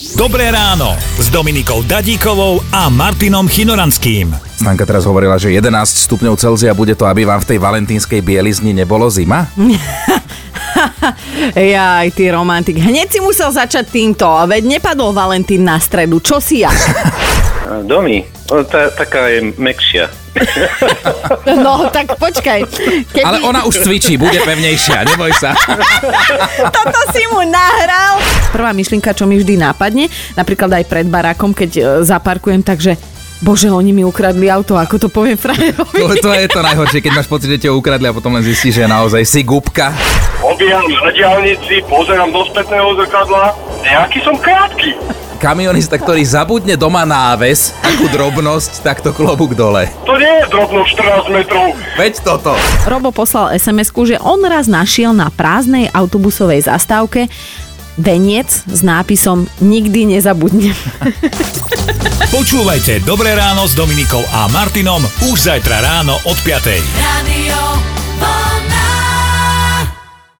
Dobré ráno s Dominikou Dadíkovou a Martinom Chinoranským. Stanka teraz hovorila, že 11 stupňov Celzia bude to, aby vám v tej valentínskej bielizni nebolo zima. Ja aj ty romantik. Hneď si musel začať týmto, veď nepadol Valentín na stredu. Čo si ja? Domy, o, tá, taká je mekšia. No, tak počkaj. Keby Ale ona už cvičí, bude pevnejšia, neboj sa. toto si mu nahral. Prvá myšlienka, čo mi vždy nápadne, napríklad aj pred barákom, keď e, zaparkujem, takže Bože, oni mi ukradli auto, ako to poviem frajerovi. To, to je to najhoršie, keď máš pocit, že ťa ukradli a potom len zistíš, že naozaj si gubka. Obieham na diálnici, pozerám do spätného zrkadla, nejaký som krátky. Kamionista, ktorý zabudne doma náves, takú drobnosť, tak to klobúk dole. To nie je drobno 14 metrov. Veď toto. Robo poslal sms že on raz našiel na prázdnej autobusovej zastávke veniec s nápisom Nikdy nezabudnem. Počúvajte Dobré ráno s Dominikou a Martinom už zajtra ráno od 5. Radio